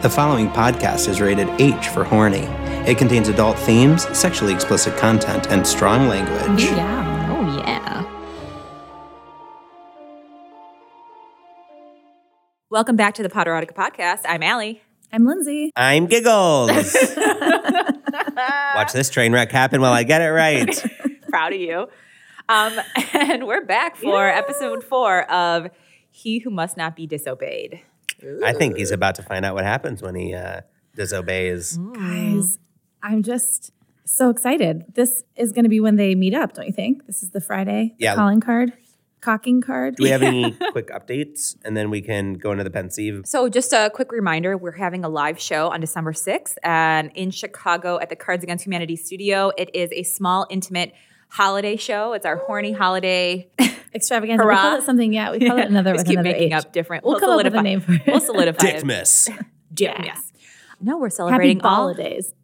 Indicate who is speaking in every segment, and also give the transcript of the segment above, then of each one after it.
Speaker 1: The following podcast is rated H for horny. It contains adult themes, sexually explicit content, and strong language.
Speaker 2: Yeah. Oh, yeah.
Speaker 3: Welcome back to the Potterotica podcast. I'm Allie.
Speaker 2: I'm Lindsay.
Speaker 4: I'm giggles. Watch this train wreck happen while I get it right.
Speaker 3: Proud of you. Um, and we're back for episode four of He Who Must Not Be Disobeyed.
Speaker 4: I think he's about to find out what happens when he uh, disobeys.
Speaker 2: Mm. Guys, I'm just so excited. This is going to be when they meet up, don't you think? This is the Friday the
Speaker 4: Yeah.
Speaker 2: calling card, cocking card.
Speaker 4: Do we have any quick updates? And then we can go into the pensive.
Speaker 3: So, just a quick reminder we're having a live show on December 6th and in Chicago at the Cards Against Humanity studio. It is a small, intimate holiday show. It's our horny holiday.
Speaker 2: Extravaganza. We
Speaker 3: Hurrah.
Speaker 2: call it something. Yeah, we call it another
Speaker 3: Just
Speaker 2: with
Speaker 3: keep
Speaker 2: another
Speaker 3: making
Speaker 2: H.
Speaker 3: up different.
Speaker 2: We'll come up with a name for it.
Speaker 3: We'll solidify it.
Speaker 4: Dickmas.
Speaker 3: Dickmas. No, we're
Speaker 2: Happy
Speaker 3: celebrating all.
Speaker 2: holidays.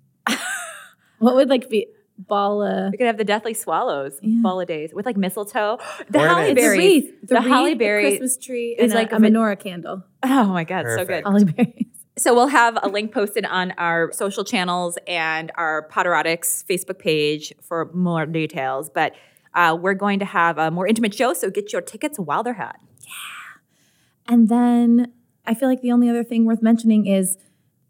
Speaker 2: what would like be uh, balla?
Speaker 3: We could have the Deathly Swallows
Speaker 2: Yeah.
Speaker 3: holidays with like mistletoe. The
Speaker 4: Ornaments.
Speaker 3: holly
Speaker 4: It's a
Speaker 3: berries.
Speaker 2: wreath.
Speaker 3: The, holly berry.
Speaker 2: Christmas tree
Speaker 3: is
Speaker 2: is
Speaker 3: like
Speaker 2: like a,
Speaker 3: a vin-
Speaker 2: menorah candle.
Speaker 3: Oh my god, so
Speaker 4: Perfect.
Speaker 3: good.
Speaker 2: Holly berries.
Speaker 3: So we'll have a link posted on our social channels and our Potterotics Facebook page for more details. But uh, we're going to have a more intimate show, so get your tickets while they're hot.
Speaker 2: And then I feel like the only other thing worth mentioning is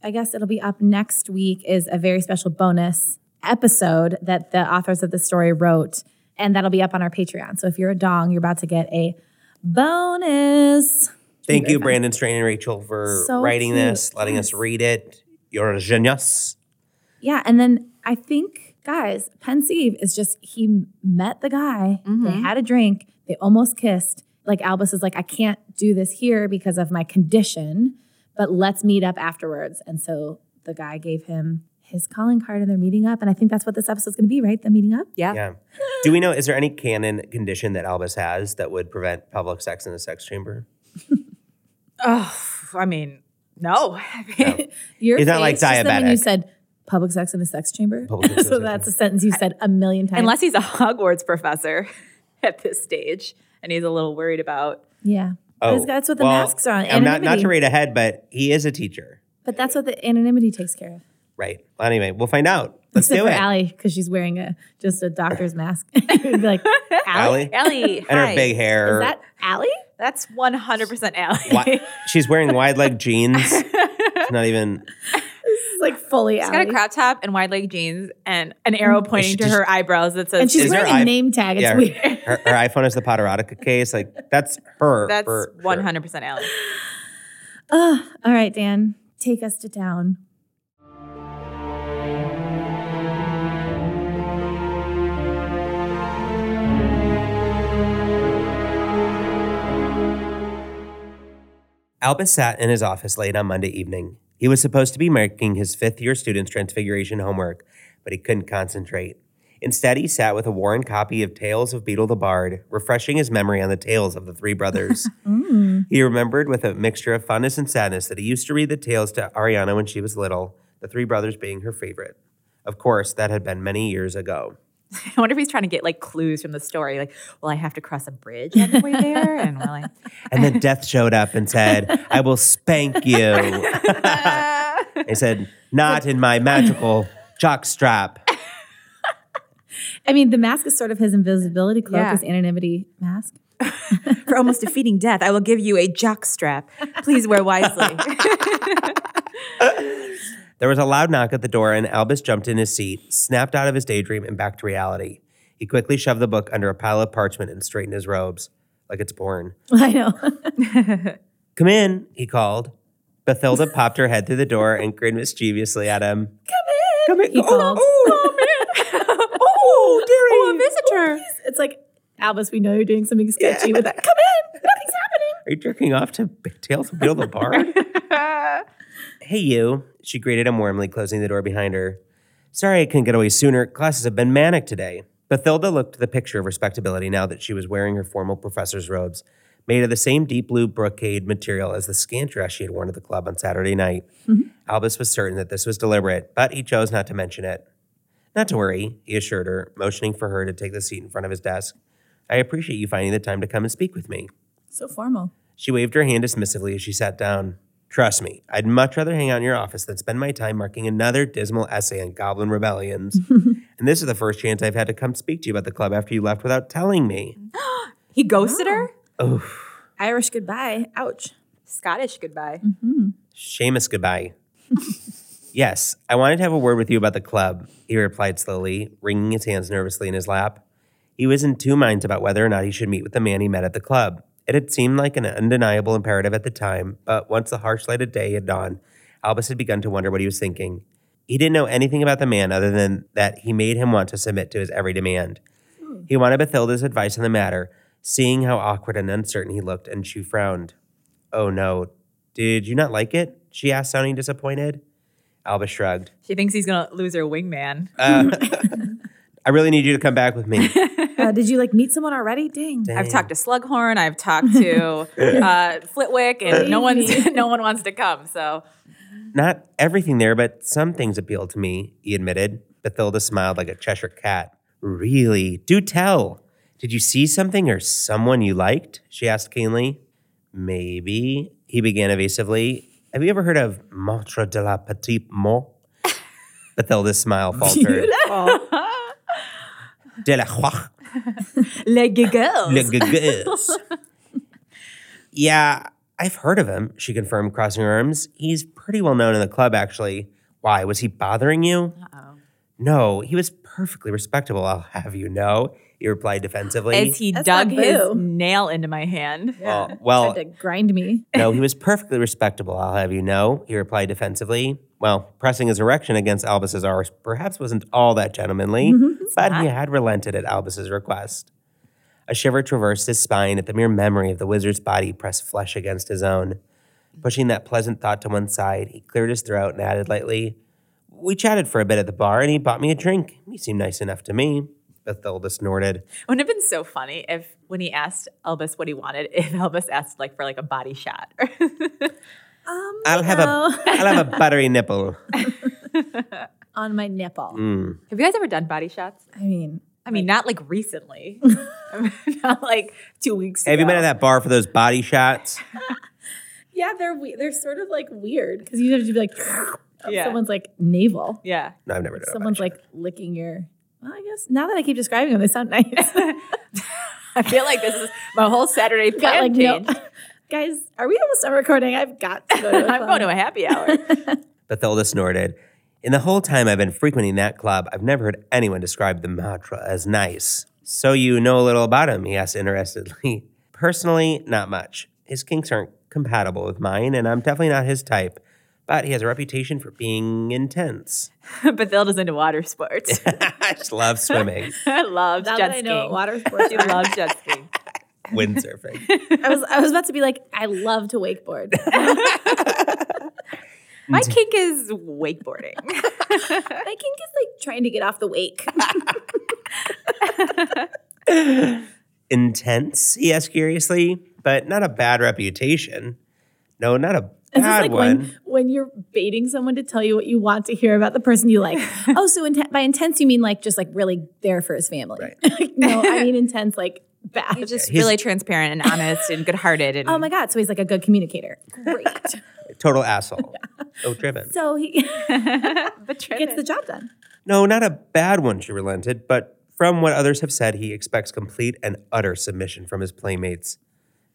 Speaker 2: I guess it'll be up next week is a very special bonus episode that the authors of the story wrote and that'll be up on our Patreon. So if you're a dong, you're about to get a bonus.
Speaker 4: Thank you, Brandon Strain and Rachel, for
Speaker 2: So
Speaker 4: writing
Speaker 2: cute.
Speaker 4: this, letting us read it. You're a genius.
Speaker 2: Yeah, and then I think guys, Pensieve is just he met the guy, they had a drink, they almost kissed. Like Albus is like I can't do this here because of my condition, but let's meet up afterwards. And so the guy gave him his calling card and they're meeting up and I think that's what this episode's going to be, right? The meeting up?
Speaker 3: Yeah.
Speaker 4: Yeah. Do we know, is there any canon condition that Albus has that would prevent public sex in the sex chamber?
Speaker 3: Oh, I mean, no.
Speaker 2: Your
Speaker 4: He's not, like,
Speaker 2: just then when you
Speaker 4: diabetic.
Speaker 2: said public sex in a sex chamber.
Speaker 4: Public sex in a
Speaker 2: so
Speaker 4: sex
Speaker 2: that's a sentence you said a million times.
Speaker 3: Unless he's a Hogwarts professor at this stage, and he's a little worried about.
Speaker 2: yeah. That's- that's what the
Speaker 4: Oh, well,
Speaker 2: masks are on.
Speaker 4: I'm not, not
Speaker 2: anonymity.
Speaker 4: to read ahead, but he is a teacher.
Speaker 2: But that's what the anonymity takes care of.
Speaker 4: Right. Well, anyway, we'll find out. Let's do
Speaker 2: Except for
Speaker 4: it.
Speaker 2: Allie, because she's wearing a just a doctor's mask. You'd be like, Allie?
Speaker 4: Allie?
Speaker 3: Ellie,
Speaker 4: and
Speaker 3: hi.
Speaker 4: her big hair.
Speaker 2: Is that Allie?
Speaker 3: That's one hundred percent Ellie.
Speaker 4: Wi- she's wearing wide leg jeans. It's not even.
Speaker 2: It's like fully
Speaker 3: She's
Speaker 2: Allie.
Speaker 3: got a crop top and wide leg jeans and an arrow pointing
Speaker 4: she
Speaker 3: to
Speaker 4: just-
Speaker 3: her eyebrows that says,
Speaker 2: and she's
Speaker 4: Is
Speaker 2: wearing
Speaker 4: there
Speaker 2: a
Speaker 4: eye-
Speaker 2: name tag. It's
Speaker 4: Yeah,
Speaker 2: weird.
Speaker 4: her, her iPhone is the Potterotica case. Like that's her.
Speaker 3: That's
Speaker 4: for sure.
Speaker 3: 100% Allie.
Speaker 2: Ugh. all right, Dan, take us to town.
Speaker 4: Albus sat in his office late on Monday evening. He was supposed to be making his fifth year students' transfiguration homework, but he couldn't concentrate. Instead, he sat with a worn copy of Tales of Beetle the Bard, refreshing his memory on the tales of the three brothers. He remembered with a mixture of fondness and sadness that he used to read the tales to Ariana when she was little, the three brothers being her favorite. Of course, that had been many years ago.
Speaker 3: I wonder if he's trying to get like clues from the story. Like, will I have to cross a bridge on the way there? And we're like,
Speaker 4: And then Death showed up and said, I will spank you. he said, Not in my magical jockstrap.
Speaker 2: I mean, the mask is sort of his invisibility cloak,
Speaker 3: Yeah.
Speaker 2: his anonymity mask.
Speaker 3: for almost defeating death, I will give you a jock strap. Please wear wisely.
Speaker 4: There was a loud knock at the door, and Albus jumped in his seat, snapped out of his daydream, and back to reality. He quickly shoved the book under a pile of parchment and straightened his robes, like it's porn.
Speaker 2: I know.
Speaker 4: Come in, he called. Bathilda popped her head through the door and grinned mischievously at him. Come in. Come in.
Speaker 2: He
Speaker 4: oh,
Speaker 2: called.
Speaker 4: oh, oh, dearie.
Speaker 3: Visitor.
Speaker 2: it's like, Albus, we know you're doing something sketchy with that. Come in. Nothing's happening.
Speaker 4: Are you jerking off to Big Tails from Beetle the Bard? hey, you. She greeted him warmly, closing the door behind her. Sorry I couldn't get away sooner. Classes have been manic today. Bathilda looked the picture of respectability now that she was wearing her formal professor's robes, made of the same deep blue brocade material as the scant dress she had worn to the club on Saturday night. Albus was certain that this was deliberate, but he chose not to mention it. Not to worry, he assured her, motioning for her to take the seat in front of his desk. I appreciate you finding the time to come and speak with me.
Speaker 2: So formal.
Speaker 4: She waved her hand dismissively as she sat down. Trust me, I'd much rather hang out in your office than spend my time marking another dismal essay on goblin rebellions. and this is the first chance I've had to come speak to you about the club after you left without telling me.
Speaker 3: He ghosted her?
Speaker 4: Oh,
Speaker 2: Irish goodbye. Ouch.
Speaker 3: Scottish goodbye.
Speaker 4: Seamus goodbye. yes, I wanted to have a word with you about the club, he replied slowly, wringing his hands nervously in his lap. He was in two minds about whether or not he should meet with the man he met at the club. It had seemed like an undeniable imperative at the time, but once the harsh light of day had dawned, Albus had begun to wonder what he was thinking. He didn't know anything about the man other than that he made him want to submit to his every demand. He wanted Bathilda's advice on the matter, seeing how awkward and uncertain he looked, and she frowned. Oh no, did you not like it? She asked, sounding disappointed. Alba shrugged. "Uh,
Speaker 3: She thinks he's going to lose her wingman.
Speaker 4: I really need you to come back with me.
Speaker 2: Uh, did you like meet someone already? Dang.
Speaker 3: I've talked to Slughorn. I've talked to uh, Flitwick, and no one's no one wants to come. So
Speaker 4: Not everything there, but some things appealed to me, he admitted. Bathilda smiled like a Cheshire cat. Really? Do tell. Did you see something or someone you liked? She asked keenly. Maybe, he began evasively. Have you ever heard of Maitre de la Petite Mort? Bathilda's smile faltered. de la Croix.
Speaker 3: Le Giggles.
Speaker 4: Le Gugus. yeah, I've heard of him, she confirmed, crossing her arms. He's pretty well known in the club, actually. Why? Was he bothering you? No, he was perfectly respectable, I'll have you know, he replied defensively.
Speaker 3: As he
Speaker 2: That's
Speaker 3: dug
Speaker 2: not
Speaker 3: his
Speaker 2: who.
Speaker 3: nail into my hand.
Speaker 4: well,
Speaker 2: Tried
Speaker 4: well
Speaker 2: to grind me.
Speaker 4: no, he was perfectly respectable, I'll have you know, he replied defensively. Well, pressing his erection against Albus's arse perhaps wasn't all that gentlemanly, but he had relented at Albus's request. A shiver traversed his spine at the mere memory of the wizard's body pressed flesh against his own. Pushing that pleasant thought to one side, he cleared his throat and added lightly, We chatted for a bit at the bar, and he bought me a drink. He seemed nice enough to me. Bathilda snorted.
Speaker 3: Wouldn't it have been so funny if when he asked Elvis what he wanted, if Elvis asked like for like a body shot.
Speaker 4: I'll have a I'll have a buttery nipple.
Speaker 2: On my nipple.
Speaker 3: have you guys ever done body shots?
Speaker 2: I mean,
Speaker 3: I mean, not like recently. not like two weeks ago.
Speaker 4: Have you been at that bar for those body shots?
Speaker 2: yeah, they're we- they're sort of like weird because you have to be like,
Speaker 3: Yeah.
Speaker 2: someone's like navel.
Speaker 3: Yeah.
Speaker 4: No, I've never done
Speaker 2: Someone's like licking your. Well, I guess now that I keep describing them, they sound nice.
Speaker 3: I feel like this is my whole Saturday
Speaker 2: Got
Speaker 3: plan
Speaker 2: like no.
Speaker 3: changed.
Speaker 2: Guys, are we almost done recording? I've got to go to.
Speaker 3: I'm going to a happy hour.
Speaker 4: Bathilda snorted. In the whole time I've been frequenting that club, I've never heard anyone describe the Matra as nice. So you know a little about him, he asked interestedly. Personally, not much. His kinks aren't compatible with mine, and I'm definitely not his type. But he has a reputation for being intense.
Speaker 3: Bathilda's into water sports.
Speaker 4: I just love swimming,
Speaker 3: loves
Speaker 2: Now
Speaker 3: jet
Speaker 2: that I
Speaker 3: skiing.
Speaker 2: know what water sports.
Speaker 3: she
Speaker 2: are.
Speaker 3: loves jet skiing.
Speaker 4: windsurfing.
Speaker 2: I was I was about to be like, I love to wakeboard.
Speaker 3: My kink is wakeboarding.
Speaker 2: I think is like trying to get off the wake.
Speaker 4: intense? He asked curiously, but not a bad reputation. No, not a
Speaker 2: It's
Speaker 4: bad
Speaker 2: like
Speaker 4: one.
Speaker 2: when when you're baiting someone to tell you what you want to hear about the person you like. oh, so inten- by intense you mean like just like really there for his family? Like, no, I mean intense like bad.
Speaker 3: He's just
Speaker 4: He's-
Speaker 3: really transparent and honest and good-hearted. And
Speaker 2: oh my god! So he's like a good communicator. Great.
Speaker 4: Total asshole. Oh, driven.
Speaker 2: so he
Speaker 3: but
Speaker 2: gets the job done.
Speaker 4: No, not a bad one, she relented, but from what others have said, he expects complete and utter submission from his playmates.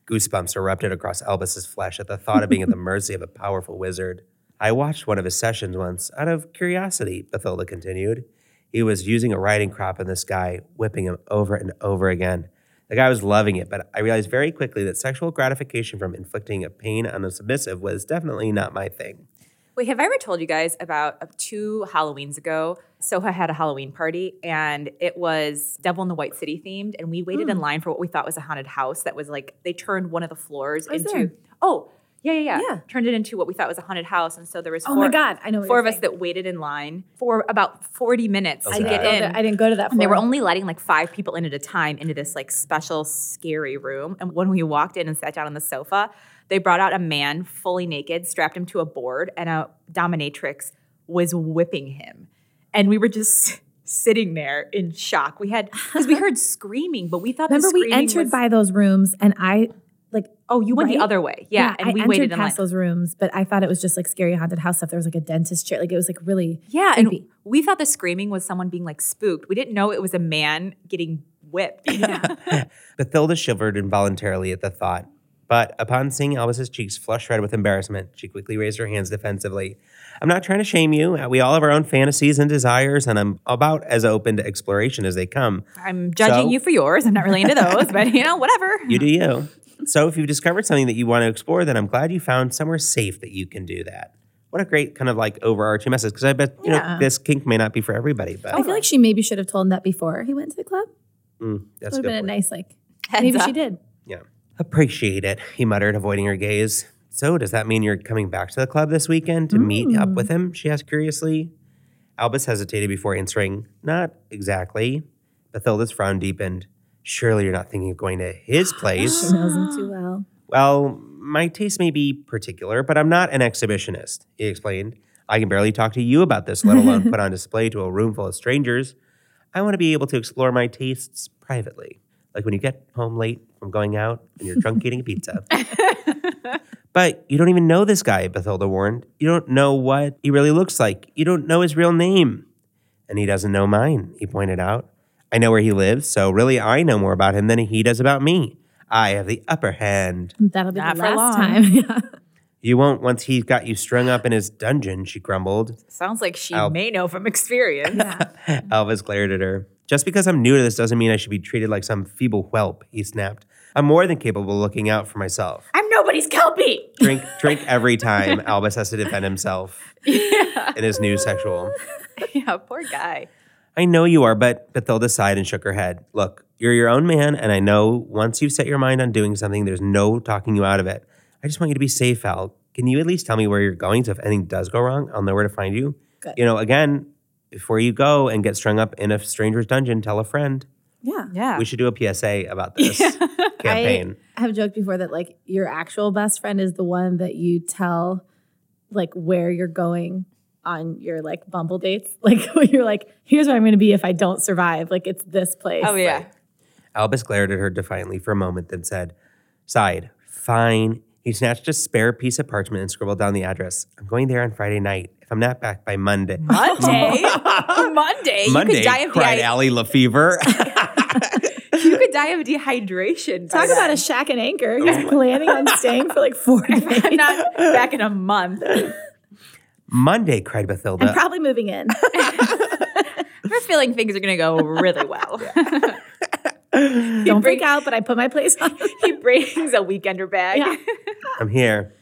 Speaker 4: Goosebumps erupted across Albus's flesh at the thought of being at the mercy of a powerful wizard. I watched one of his sessions once out of curiosity, Bathilda continued. He was using a riding crop on this guy, whipping him over and over again. The guy was loving it, but I realized very quickly that sexual gratification from inflicting a pain on a submissive was definitely not my thing.
Speaker 3: Wait, have I ever told you guys about uh, two Halloweens ago? Soha had a Halloween party and it was Devil in the White City themed. And we waited
Speaker 2: Hmm.
Speaker 3: in line for what we thought was a haunted house that was like, they turned one of the floors
Speaker 2: was
Speaker 3: into.
Speaker 2: there.
Speaker 3: Oh, yeah, yeah, yeah,
Speaker 2: Yeah.
Speaker 3: Turned it into what we thought was a haunted house. And so there was
Speaker 2: Oh
Speaker 3: four-
Speaker 2: my God, I know what
Speaker 3: four
Speaker 2: you're
Speaker 3: of us
Speaker 2: saying.
Speaker 3: that waited in line for about 40 minutes
Speaker 4: I
Speaker 3: to
Speaker 4: didn't
Speaker 3: get
Speaker 4: go
Speaker 3: in.
Speaker 2: I didn't go to that.
Speaker 3: And they were
Speaker 2: floor.
Speaker 3: only letting like five people in at a time into this like special scary room. And when we walked in and sat down on the sofa, they brought out a man fully naked, strapped him to a board, and a dominatrix was whipping him. And we were just sitting there in shock. We had because we heard screaming, but we thought
Speaker 2: Remember
Speaker 3: the
Speaker 2: we
Speaker 3: screaming
Speaker 2: entered
Speaker 3: was-
Speaker 2: by those rooms and I like
Speaker 3: Oh, you went the
Speaker 2: Right?
Speaker 3: other way. Yeah, and
Speaker 2: I
Speaker 3: we
Speaker 2: entered
Speaker 3: waited in line.
Speaker 2: past those rooms, but I thought it was just like scary haunted house stuff. There was like a dentist chair, like it was like really
Speaker 3: Yeah, and
Speaker 2: creepy.
Speaker 3: we thought the screaming was someone being like spooked. We didn't know it was a man getting whipped.
Speaker 4: Bathilda shivered involuntarily at the thought, but upon seeing Elvis's cheeks flush red with embarrassment, she quickly raised her hands defensively. I'm not trying to shame you. We all have our own fantasies and desires, and I'm about as open to exploration as they come.
Speaker 3: I'm judging
Speaker 4: So-
Speaker 3: you for yours. I'm not really into those, but you know, whatever.
Speaker 4: You do you. So if you've discovered something that you want to explore, then I'm glad you found somewhere safe that you can do that. What a great kind of like overarching message. Because I bet you know
Speaker 2: Yeah.
Speaker 4: this kink may not be for everybody, but
Speaker 2: I feel like she maybe should have told him that before he went to the club.
Speaker 4: mm, that's a
Speaker 2: Would have
Speaker 4: good.
Speaker 2: been a
Speaker 4: Point.
Speaker 2: nice like
Speaker 3: Heads
Speaker 2: maybe
Speaker 3: up.
Speaker 2: she did.
Speaker 4: Yeah. Appreciate it, he muttered, avoiding her gaze. So, does that mean you're coming back to the club this weekend to meet up with him? She asked curiously. Albus hesitated before answering, Not exactly. Bathilda's frown deepened. Surely you're not thinking of going to his place.
Speaker 2: She knows him too well.
Speaker 4: well, my taste may be particular, but I'm not an exhibitionist, he explained. I can barely talk to you about this, let alone put on display to a room full of strangers. I want to be able to explore my tastes privately, like when you get home late from going out and you're drunk eating a pizza. But you don't even know this guy, Bathilda warned. You don't know what he really looks like. You don't know his real name. And he doesn't know mine, he pointed out. I know where he lives, so really I know more about him than he does about me. I have the upper hand.
Speaker 2: That'll be
Speaker 3: Not
Speaker 2: the
Speaker 3: for long.
Speaker 2: last time. Yeah.
Speaker 4: You won't once he's got you strung up in his dungeon, she grumbled.
Speaker 3: Sounds like she
Speaker 4: I'll-
Speaker 3: may know from experience.
Speaker 4: Elvis glared at her. Just because I'm new to this doesn't mean I should be treated like some feeble whelp, he snapped. I'm more than capable of looking out for myself.
Speaker 3: I'm nobody's kelpie.
Speaker 4: Drink, drink every time Albus has to defend himself in his new sexual.
Speaker 3: yeah, poor guy.
Speaker 4: I know you are, but Bathilda sighed and shook her head. Look, you're your own man, and I know once you've set your mind on doing something, there's no talking you out of it. I just want you to be safe, Al. Can you at least tell me where you're going? So if anything does go wrong, I'll know where to find you.
Speaker 2: Good.
Speaker 4: You know, again, before you go and get strung up in a stranger's dungeon, tell a friend.
Speaker 2: Yeah.
Speaker 3: Yeah.
Speaker 4: We should do a PSA about this campaign.
Speaker 2: I have joked before that like your actual best friend is the one that you tell like where you're going on your like bumble dates. Like when you're like, here's where I'm gonna be if I don't survive. Like it's this place.
Speaker 3: oh yeah.
Speaker 4: Albus glared at her defiantly for a moment, then said, sighed, Fine. He snatched a spare piece of parchment and scribbled down the address. I'm going there on Friday night. If I'm not back by Monday.
Speaker 3: Monday. Monday. You
Speaker 4: Monday,
Speaker 3: could die of
Speaker 4: cried
Speaker 3: dehydration.
Speaker 4: Allie Lefevre.
Speaker 3: You could die of dehydration. by
Speaker 2: Talk about
Speaker 3: then.
Speaker 2: a shack and
Speaker 4: Oh
Speaker 2: anchor who's planning on staying for like four days.
Speaker 3: I'm not back in a month. We're
Speaker 4: Monday, cried
Speaker 2: I'm
Speaker 4: Bathilda.
Speaker 2: probably moving in.
Speaker 3: feeling things are gonna go really well.
Speaker 2: Don't freak out, but I put my place on.
Speaker 3: he brings a weekender bag.
Speaker 2: Yeah.
Speaker 4: I'm here.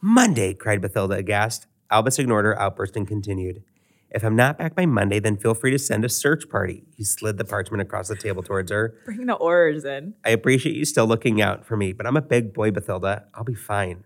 Speaker 4: Monday, cried Bathilda, aghast. Albus ignored her outburst and continued. If I'm not back by Monday, then feel free to send a search party. He slid the parchment across the table towards her.
Speaker 3: Bring the oars in.
Speaker 4: I appreciate you still looking out for me, but I'm a big boy, Bathilda. I'll be fine.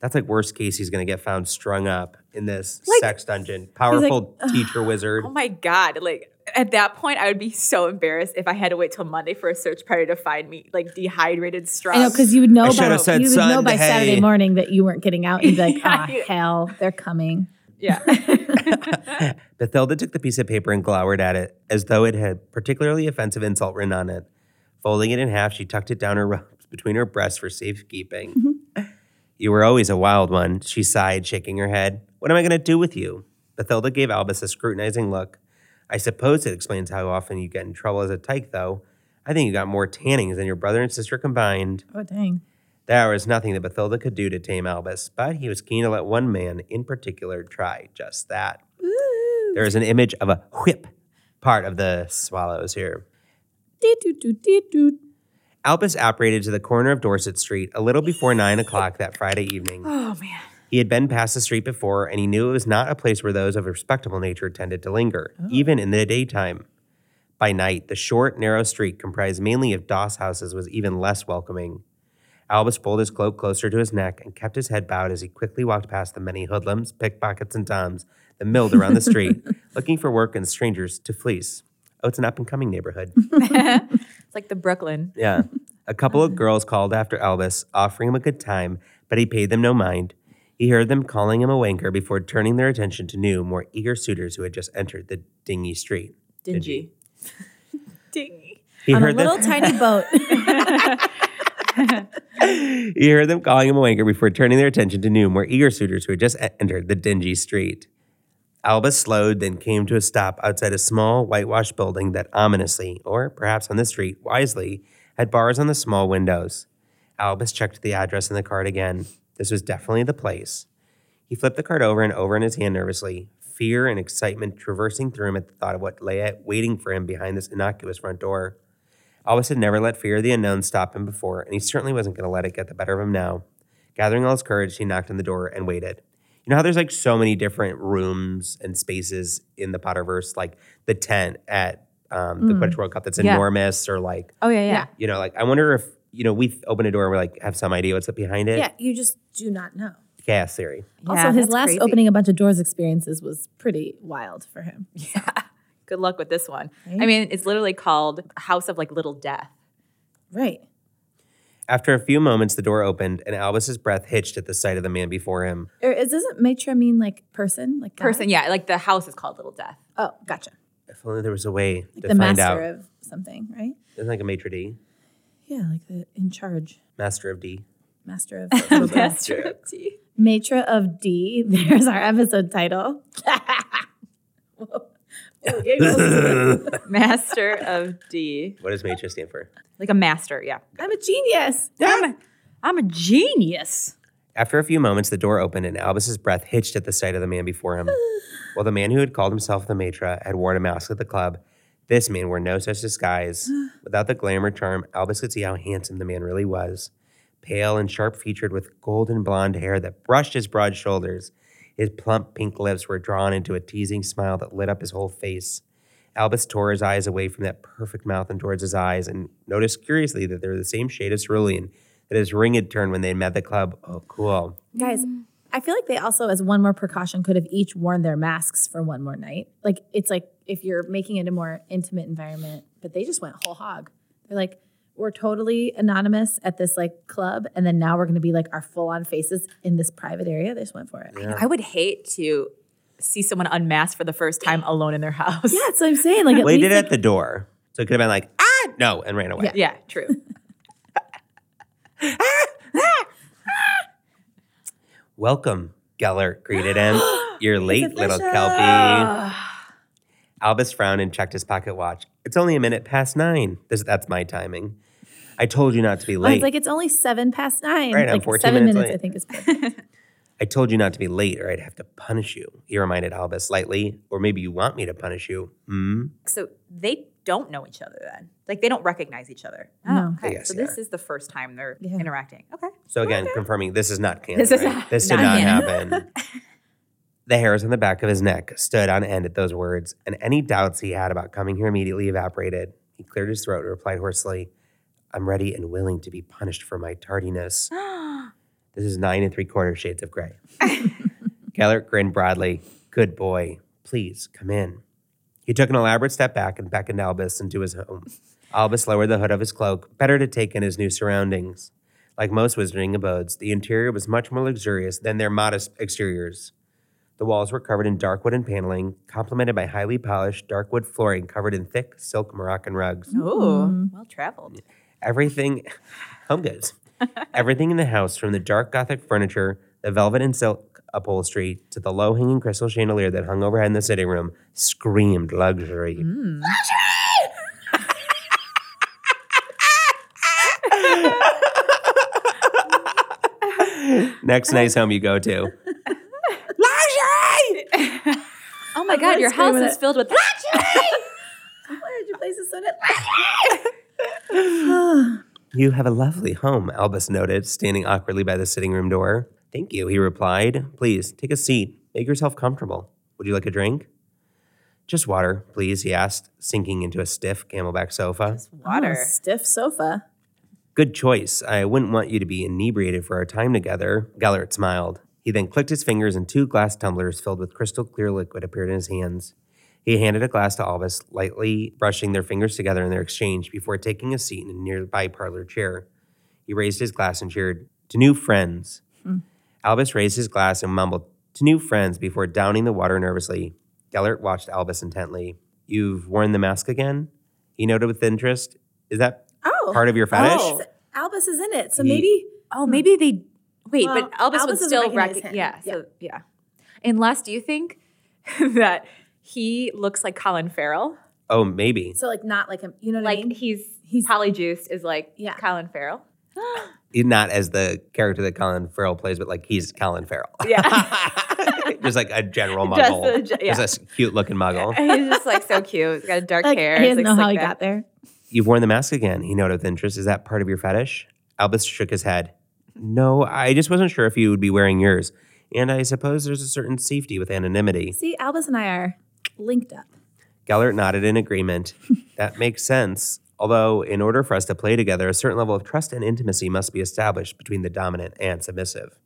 Speaker 4: That's like worst case he's gonna get found strung up in this sex dungeon. Powerful teacher wizard.
Speaker 3: Oh my god! Like at that point, I would be so embarrassed if I had to wait till Monday for a search party to find me, like dehydrated, strong.
Speaker 2: I know because you would know
Speaker 4: I
Speaker 2: by
Speaker 4: should've said
Speaker 2: you would know by
Speaker 4: Sunday.
Speaker 2: Saturday morning that you weren't getting out. You'd be like, ah,
Speaker 3: Yeah.
Speaker 2: hell, they're coming.
Speaker 3: yeah,
Speaker 4: Bathilda took the piece of paper and glowered at it as though it had a particularly offensive insult written on it. Folding it in half, she tucked it down her robes between her breasts for safekeeping. You were always a wild one, she sighed, shaking her head. What am I going to do with you? Bathilda gave Albus a scrutinizing look. I suppose it explains how often you get in trouble as a tyke, though. I think you got more tannings than your brother and sister combined.
Speaker 2: Oh dang.
Speaker 4: There was nothing that Bathilda could do to tame Albus, but he was keen to let one man in particular try just that. There is an image of a whip part of the swallows here.
Speaker 2: Deet, doot, doot, deet, doot.
Speaker 4: Albus operated to the corner of Dorset Street a little before nine o'clock that Friday evening. Oh, man. He had been past the street before, and he knew it was not a place where those of a respectable nature tended to linger, even in the daytime. By night, the short, narrow street comprised mainly of doss houses was even less welcoming. Albus pulled his cloak closer to his neck and kept his head bowed as he quickly walked past the many hoodlums, pickpockets, and toms that milled around the street, looking for work and strangers to fleece. Oh, it's an up and coming neighborhood.
Speaker 3: it's like the Brooklyn.
Speaker 4: Yeah. A couple of girls called after Elvis, offering him a good time, but he paid them no mind. He heard them calling him a wanker before turning their attention to new, more eager suitors who had just entered the dingy street.
Speaker 3: dingy. dingy.
Speaker 4: He
Speaker 2: on a
Speaker 4: heard
Speaker 2: little
Speaker 4: them.
Speaker 2: tiny boat.
Speaker 4: You heard them calling him a wanker before turning their attention to Noom, where eager suitors who had just e- entered the dingy street. Alba slowed, then came to a stop outside a small, whitewashed building that ominously, or perhaps on the street, wisely, had bars on the small windows. Albus checked the address in the card again. This was definitely the place. He flipped the card over and over in his hand nervously, fear and excitement traversing through him at the thought of what lay at- waiting for him behind this innocuous front door. Albus had never let fear of the unknown stop him before, and he certainly wasn't going to let it get the better of him now. Gathering all his courage, he knocked on the door and waited. You know how there's like so many different rooms and spaces in the Potterverse, like the tent at um, the Quidditch World Cup that's
Speaker 3: Yeah.
Speaker 4: enormous, or like
Speaker 3: Oh yeah, yeah.
Speaker 2: Mm. Yeah.
Speaker 4: you know, like I wonder if you know we open a door and we like have some idea what's up behind it.
Speaker 2: Yeah, you just do not know.
Speaker 4: Chaos theory.
Speaker 2: also, his
Speaker 3: that's
Speaker 2: last
Speaker 3: crazy.
Speaker 2: opening a bunch of doors experiences was pretty wild for him.
Speaker 3: Good luck with this one. I
Speaker 2: Right?
Speaker 3: mean, it's literally called House of like Little Death.
Speaker 2: Right.
Speaker 4: After a few moments, the door opened and Albus's breath hitched at the sight of the man before him.
Speaker 2: Or is, doesn't matra mean like person? Like guy?
Speaker 3: Person, yeah, like the house is called Little Death.
Speaker 2: Oh, gotcha.
Speaker 4: If only there was a way
Speaker 2: Like
Speaker 4: to
Speaker 2: the
Speaker 4: find
Speaker 2: master
Speaker 4: out.
Speaker 2: of something, right?
Speaker 4: Isn't it like a maitre d,
Speaker 2: Yeah, like the in charge,
Speaker 4: master of d.
Speaker 2: master of little girl.
Speaker 3: Master of Tea.
Speaker 2: Matra of D. There's our episode title. Whoa. Oh, Ooh, giggles.
Speaker 3: Master of D.
Speaker 4: What does maitre stand for?
Speaker 3: Like a master, yeah.
Speaker 2: I'm a genius.
Speaker 3: I'm a, I'm a genius.
Speaker 4: After a few moments, the door opened and Albus's breath hitched at the sight of the man before him. While the man who had called himself the Matra had worn a mask at the club, this man wore no such disguise. Without the glamour charm, Albus could see how handsome the man really was. Pale and sharp featured with golden blonde hair that brushed his broad shoulders, his plump pink lips were drawn into a teasing smile that lit up his whole face. Albus tore his eyes away from that perfect mouth and towards his eyes and noticed curiously that they were the same shade of cerulean that his ring had turned when they met at the club. Oh, cool.
Speaker 2: Guys, I feel like they also, as one more precaution, could have each worn their masks for one more night. Like it's like if you're making it a more intimate environment, but they just went whole hog. They're like, we're totally anonymous at this like club, and then now we're gonna be like our full on faces in this private area. They just went for it. Yeah,
Speaker 3: I would hate to see someone unmasked for the first time alone in their house. Yeah,
Speaker 2: that's what I'm saying. Like at
Speaker 4: Waited
Speaker 2: least,
Speaker 4: at the door. So it could have been like, ah, no, and ran away.
Speaker 2: Yeah.
Speaker 3: true.
Speaker 4: Welcome, Geller greeted him. You're late, little Kelpie. Albus frowned and checked his pocket watch. It's only a minute past nine. This, that's my timing. I told you not to be
Speaker 2: Oh,
Speaker 4: late.
Speaker 2: it's like it's only seven past nine.
Speaker 4: Right, I'm
Speaker 2: like
Speaker 4: 14
Speaker 2: seven
Speaker 4: minutes
Speaker 2: minutes, I think is perfect.
Speaker 4: I told you not to be late or I'd have to punish you, he reminded Albus lightly. Or maybe you want me to punish you. Hmm?
Speaker 3: So they don't know each other then. Like they don't recognize each other. Oh,
Speaker 2: No.
Speaker 3: okay.
Speaker 4: Yes,
Speaker 3: so
Speaker 4: they
Speaker 3: this is the first time they're
Speaker 2: Yeah.
Speaker 3: interacting. Okay.
Speaker 4: So again, confirming this is not canon.
Speaker 3: This is
Speaker 4: right?
Speaker 3: not-
Speaker 4: this did
Speaker 3: not
Speaker 4: not,
Speaker 3: canon.
Speaker 4: happen. the hairs on the back of his neck stood on end at those words, and any doubts he had about coming here immediately evaporated. He cleared his throat and replied hoarsely, "I'm ready and willing to be punished for my tardiness." this is nine and three quarter shades of gray. Gellert grinned broadly. Good boy. Please come in. He took an elaborate step back and beckoned Albus into his home. Albus lowered the hood of his cloak, better to take in his new surroundings. Like most wizarding abodes, the interior was much more luxurious than their modest exteriors. The walls were covered in dark wooden paneling, complemented by highly polished dark wood flooring covered in thick silk Moroccan rugs.
Speaker 2: Mm-hmm.
Speaker 3: Ooh, well traveled.
Speaker 4: Everything, home goods. Everything in the house, from the dark Gothic furniture, the velvet and silk upholstery, to the low hanging crystal chandelier that hung overhead in the sitting room, screamed luxury. Next nice home you go to.
Speaker 3: Oh my God, your house is filled with
Speaker 2: Why did your place is so nice?
Speaker 4: You have a lovely home, Albus noted, standing awkwardly by the sitting room door. Thank you, he replied. Please take a seat. Make yourself comfortable. Would you like a drink? Just water, please, he asked, sinking into a stiff camelback sofa.
Speaker 3: water.
Speaker 2: Oh, stiff sofa.
Speaker 4: Good choice. I wouldn't want you to be inebriated for our time together, Gellert smiled. He then clicked his fingers and two glass tumblers filled with crystal clear liquid appeared in his hands. He handed a glass to Albus, lightly brushing their fingers together in their exchange before taking a seat in a nearby parlor chair. He raised his glass and cheered, To new friends. Albus raised his glass and mumbled, To new friends, before downing the water nervously. Gellert watched Albus intently. You've worn the mask again? He noted with interest. Is that
Speaker 2: Oh.
Speaker 4: part of your fetish?
Speaker 3: Oh.
Speaker 2: Albus is in it, so
Speaker 4: Ye-
Speaker 2: maybe
Speaker 3: Oh, maybe they wait,
Speaker 2: Well,
Speaker 3: but Elvis,
Speaker 2: Elvis
Speaker 3: would
Speaker 2: doesn't
Speaker 3: still
Speaker 2: recognize
Speaker 3: recognize
Speaker 2: him.
Speaker 3: Yeah, so yeah. Unless, do you think that he looks like Colin Farrell?
Speaker 4: Oh, maybe.
Speaker 2: so like not like him. You know what I
Speaker 3: Like
Speaker 2: mean?
Speaker 3: he's he's
Speaker 2: He's-
Speaker 3: polyjuiced is like
Speaker 2: Yeah.
Speaker 3: Colin Farrell.
Speaker 4: Not as the character that Colin Farrell plays, but like he's Colin Farrell.
Speaker 3: Yeah,
Speaker 4: Just like a general
Speaker 3: Just
Speaker 4: muggle.
Speaker 3: a ge-
Speaker 4: Just a s- cute looking muggle.
Speaker 3: he's just like so cute. He's got dark
Speaker 2: Like,
Speaker 3: hair.
Speaker 2: he
Speaker 3: His
Speaker 2: doesn't know
Speaker 3: looks
Speaker 2: how
Speaker 3: like
Speaker 2: he
Speaker 3: that.
Speaker 2: got there.
Speaker 4: You've worn the mask again, he noted with interest. Is that part of your fetish? Albus shook his head. No, I just wasn't sure if you would be wearing yours. And I suppose there's a certain safety with anonymity.
Speaker 2: See, Albus and I are linked up.
Speaker 4: Gellert nodded in agreement. that makes sense. Although, in order for us to play together, a certain level of trust and intimacy must be established between the dominant and submissive.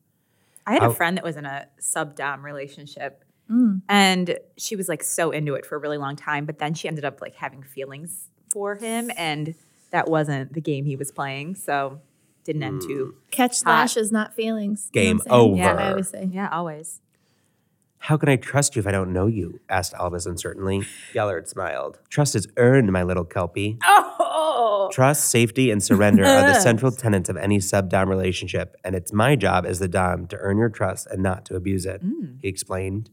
Speaker 3: I had a
Speaker 4: I'll-
Speaker 3: friend that was in a sub dom relationship,
Speaker 2: Mm.
Speaker 3: and she was like so into it for a really long time. But then she ended up like having feelings for him, and that wasn't the game he was playing. So didn't end too.
Speaker 2: Catch slashes, not feelings. You know
Speaker 4: Game
Speaker 2: what I'm saying?
Speaker 4: over.
Speaker 2: Yeah, I always say.
Speaker 3: Yeah, always.
Speaker 4: How can I trust you if I don't know you? asked Albus uncertainly. Gellert smiled. Trust is earned, my little Kelpie.
Speaker 3: Oh,
Speaker 4: Trust, safety, and surrender are the central tenets of any sub Dom relationship, and it's my job as the Dom to earn your trust and not to abuse it, he explained.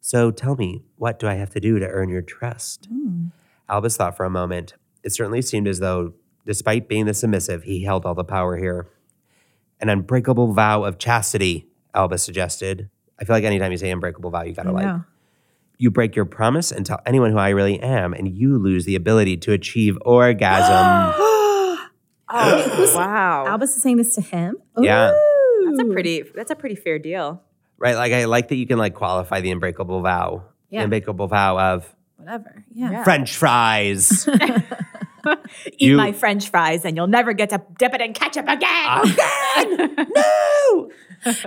Speaker 4: So tell me, what do I have to do to earn your trust? Albus thought for a moment. It certainly seemed as though, despite being the submissive, he held all the power here. An unbreakable vow of chastity, Albus suggested. I feel like anytime you say unbreakable vow, you gotta like oh.
Speaker 2: No.
Speaker 4: you break your promise and tell anyone who I really am, and you lose the ability to achieve orgasm.
Speaker 3: wow.
Speaker 2: Albus is saying this to him.
Speaker 4: Yeah.
Speaker 2: Ooh.
Speaker 3: That's a pretty. That's a pretty fair deal.
Speaker 4: right? Like I like that you can like qualify the unbreakable vow.
Speaker 2: Yeah.
Speaker 4: The unbreakable vow of
Speaker 2: whatever. Yeah.
Speaker 3: Yeah.
Speaker 4: French fries.
Speaker 3: Eat
Speaker 4: You-
Speaker 3: my French fries, and you'll never get to dip it in ketchup again.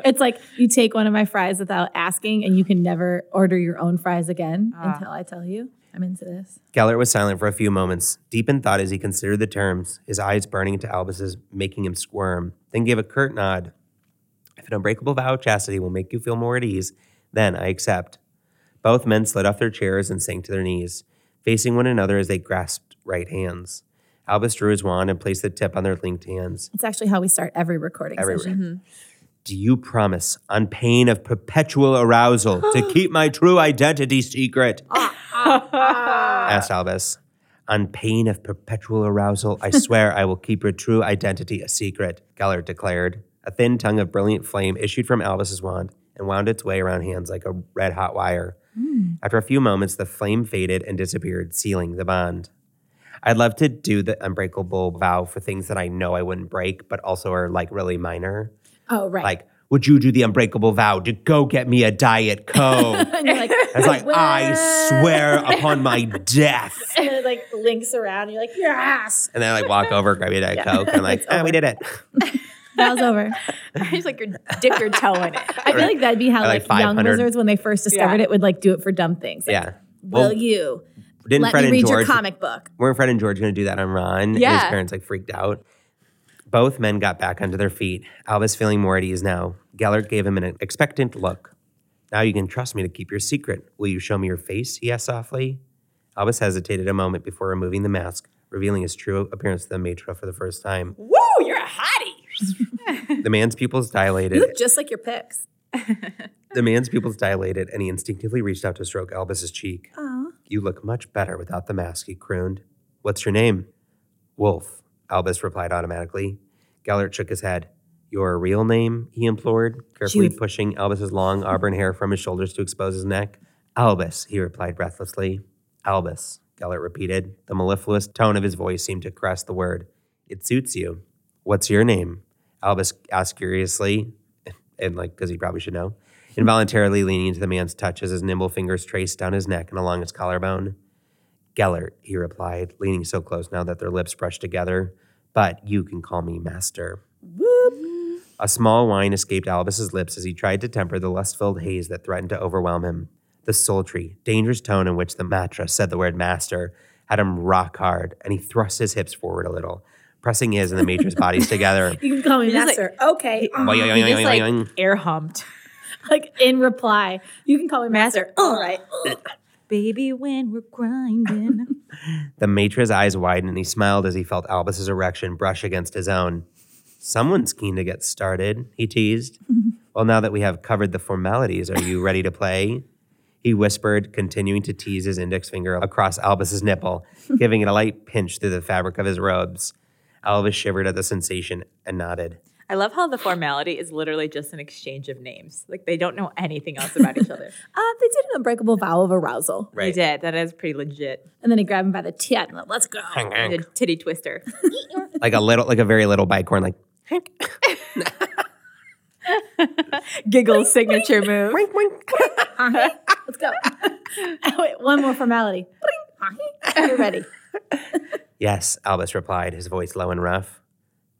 Speaker 2: It's like you take one of my fries without asking, and you can never order your own fries again until I tell you. I'm into this.
Speaker 4: Gellert was silent for a few moments, deep in thought as he considered the terms, his eyes burning to Albus's, making him squirm, then gave a curt nod. If an unbreakable vow of chastity will make you feel more at ease, then I accept. Both men slid off their chairs and sank to their knees, facing one another as they grasped right hands. Albus drew his wand and placed the tip on their linked hands.
Speaker 2: It's actually how we start every recording
Speaker 4: Every-
Speaker 2: session.
Speaker 4: Do you promise, on pain of perpetual arousal, to keep my true identity secret? asked Albus. On pain of perpetual arousal, I swear I will keep your true identity a secret, Gellert declared. A thin tongue of brilliant flame issued from Albus's wand and wound its way around hands like a red hot wire. After a few moments, the flame faded and disappeared, sealing the bond. I'd love to do the unbreakable vow for things that I know I wouldn't break, but also are like really minor.
Speaker 2: Oh, right.
Speaker 4: Like, would you do the unbreakable vow to go get me a Diet Coke?
Speaker 2: and you're like,
Speaker 4: It's like, I swear upon my death.
Speaker 2: and it like links around. And you're like, yes.
Speaker 4: And then I like walk over, grab me a Diet Coke, and I'm like, ah, we did it.
Speaker 2: That was over.
Speaker 3: He's like, you dip your toe in it.
Speaker 2: I feel like that'd be how
Speaker 4: I like
Speaker 2: like, young
Speaker 4: 500.
Speaker 2: wizards when they first discovered
Speaker 3: Yeah.
Speaker 2: it would like do it for dumb things. Like,
Speaker 4: Yeah.
Speaker 2: Will
Speaker 4: Well,
Speaker 2: you
Speaker 4: didn't
Speaker 2: let
Speaker 4: Fred
Speaker 2: me
Speaker 4: and
Speaker 2: read
Speaker 4: George,
Speaker 2: your comic book?
Speaker 4: weren't Fred and George going to do that on Ron? And his
Speaker 3: Yeah.
Speaker 4: parents like freaked out. Both men got back onto their feet. Albus feeling more at ease now. Gellert gave him an expectant look. Now you can trust me to keep your secret. Will you show me your face? He asked softly. Albus hesitated a moment before removing the mask, revealing his true appearance to the matra for the first time.
Speaker 3: Woo, you're a hottie.
Speaker 4: The man's pupils
Speaker 2: You
Speaker 4: dilated.
Speaker 2: look just like your pics.
Speaker 4: The man's pupils dilated, and he instinctively reached out to stroke Albus's cheek.
Speaker 2: Oh,
Speaker 4: You look much better without the mask, he crooned. What's your name? Wolf, Albus replied automatically. Gellert shook his head. Your real name? he implored, carefully
Speaker 2: Jude.
Speaker 4: pushing Albus's long auburn hair from his shoulders to expose his neck. Albus, he replied breathlessly. Albus, Gellert repeated. The mellifluous tone of his voice seemed to caress the word. It suits you. What's your name? Albus asked curiously, and like, because he probably should know, involuntarily leaning into the man's touch as his nimble fingers traced down his neck and along his collarbone. Gellert, he replied, leaning so close now that their lips brushed together. But you can call me master. A small whine escaped Albus's lips as he tried to temper the lust-filled haze that threatened to overwhelm him. The sultry, dangerous tone in which the matra said the word master had him rock hard, and he thrust his hips forward a little, pressing his and the matra's bodies together.
Speaker 2: you can call me
Speaker 3: just, like-
Speaker 2: master. okay. um,
Speaker 4: Boing,
Speaker 3: He
Speaker 4: boing,
Speaker 3: just
Speaker 4: boing, boing,
Speaker 3: like
Speaker 4: boing.
Speaker 3: air humped.
Speaker 2: like in reply, you can call me master. All right.
Speaker 3: Baby, when we're grinding.
Speaker 4: The matra's eyes widened and he smiled as he felt Albus's erection brush against his own. Someone's keen to get started, he teased. well, now that we have covered the formalities, are you ready to play? He whispered, continuing to tease his index finger across Albus's nipple, giving it a light pinch through the fabric of his robes. Albus shivered at the sensation and nodded.
Speaker 3: I love how the formality is literally just an exchange of names. Like they don't know anything else about each other.
Speaker 2: Uh, they did an unbreakable vow of arousal.
Speaker 3: They did. That is pretty legit.
Speaker 2: And then he grabbed him by the tit and like, let's go.
Speaker 3: The titty twister.
Speaker 4: Like a little, like a very little bicorn, like
Speaker 3: Giggle signature move.
Speaker 2: Honky, let's go. Oh, Wait, one more formality. Honky, You're ready.
Speaker 4: Yes, Albus replied, his voice low and rough.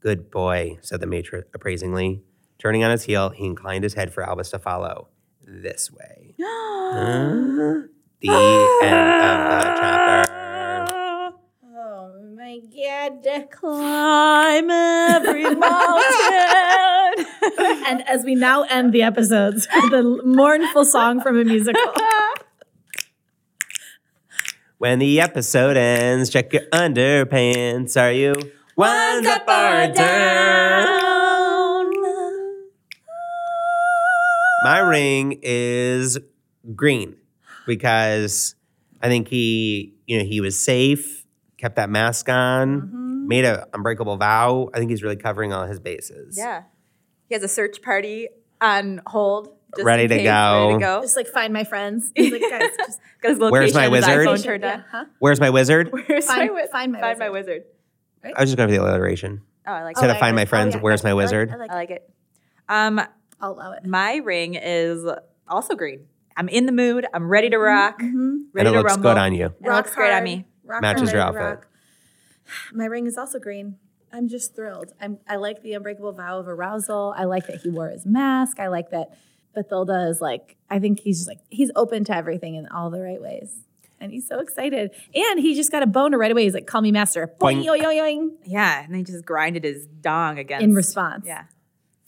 Speaker 4: Good boy, said the matron appraisingly. Turning on his heel, he inclined his head for Albus to follow. This way. Uh, the end of the chapter.
Speaker 2: Oh my god,
Speaker 3: Climb every mountain.
Speaker 2: And as we now end the episodes with a mournful song from a musical.
Speaker 4: When the episode ends, check your underpants. Are you one up or down? My ring is green because I think he, you know, he was safe, kept that mask on,
Speaker 3: Mm-hmm.
Speaker 4: made an unbreakable vow. I think he's really covering all his bases.
Speaker 3: yeah. He has a search party on hold. just
Speaker 4: Ready
Speaker 3: in
Speaker 4: to
Speaker 3: case,
Speaker 4: go.
Speaker 3: Ready to go.
Speaker 2: Just like find my friends. He's like, guys, just
Speaker 3: Got his
Speaker 4: Where's my
Speaker 3: location on
Speaker 4: wizard?
Speaker 3: his iPhone turned on.
Speaker 2: huh?
Speaker 4: Where's my wizard?
Speaker 3: Where's
Speaker 2: Find-
Speaker 3: my wizard?
Speaker 2: find my
Speaker 3: find my
Speaker 2: wizard.
Speaker 3: wizard.
Speaker 4: I was just going for the alliteration.
Speaker 3: Oh, I like
Speaker 4: Instead
Speaker 3: it.
Speaker 4: of find my friends,
Speaker 2: yeah.
Speaker 4: where's my
Speaker 2: I like-
Speaker 4: wizard?
Speaker 2: I like,
Speaker 3: I like it. Um,
Speaker 2: I'll allow it.
Speaker 3: my ring is also green. I'm in the mood. I'm ready to rock. Ready
Speaker 4: and it
Speaker 3: to
Speaker 4: looks
Speaker 3: rumble.
Speaker 4: good on you.
Speaker 3: It looks great on me.
Speaker 2: Rock
Speaker 4: Matches your
Speaker 2: hard,
Speaker 4: outfit.
Speaker 2: My ring is also green. I'm just thrilled. I'm, I like the unbreakable vow of arousal. I like that he wore his mask. I like that Bathilda is like, I think he's just like, he's open to everything in all the right ways. And he's so excited. And he just got a boner right away. He's like, call me master. Boing,
Speaker 4: Boing.
Speaker 2: yoing, yoing,
Speaker 3: Yeah, and then he just grinded his dong against.
Speaker 2: in response.
Speaker 3: Yeah.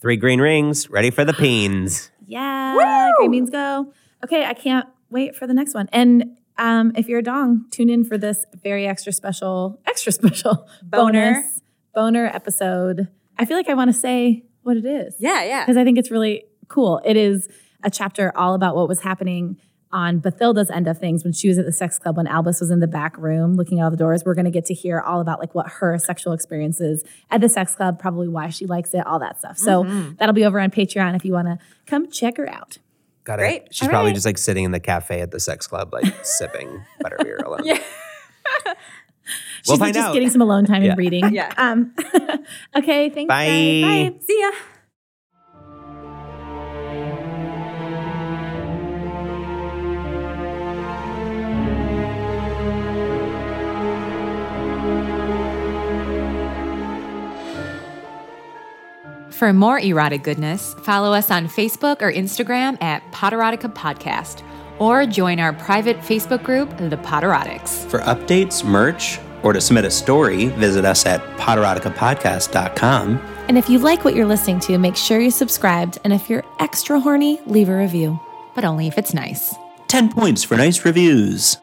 Speaker 4: Three green rings, ready for the peens.
Speaker 2: Yeah. Green means go. Okay, I can't wait for the next one. And um, if you're a dong, tune in for this very extra special, extra special
Speaker 3: Boner.
Speaker 2: bonus boner episode. I feel like I want to say what it is
Speaker 3: Yeah, yeah.
Speaker 2: because I think it's really cool. It is a chapter all about what was happening on Bathilda's end of things when she was at the sex club when Albus was in the back room looking out the doors. We're going to get to hear all about like what her sexual experiences at the sex club, probably why she likes it, all that stuff. So
Speaker 4: Mm-hmm.
Speaker 2: that'll be over on Patreon if you want to come check her out.
Speaker 4: Got
Speaker 3: Great.
Speaker 4: She's probably just like sitting in the cafe at the sex club, like sipping butterbeer alone.
Speaker 3: Yeah.
Speaker 4: We'll
Speaker 2: She's
Speaker 4: find
Speaker 2: just
Speaker 4: out.
Speaker 2: getting some alone time
Speaker 4: Yeah.
Speaker 2: and reading.
Speaker 3: Yeah.
Speaker 2: Um, okay, thanks.
Speaker 4: Bye.
Speaker 2: guys. Bye.
Speaker 3: See ya. For more erotic goodness, follow us on Facebook or Instagram at Potterotica Podcast, or join our private Facebook group, The Potterotics.
Speaker 1: For updates, merch, or to submit a story, visit us at potteroticapodcast.com.
Speaker 2: And if you like what you're listening to, make sure you're subscribed. And if you're extra horny, leave a review.
Speaker 3: but only if it's nice.
Speaker 1: 10 points for nice reviews.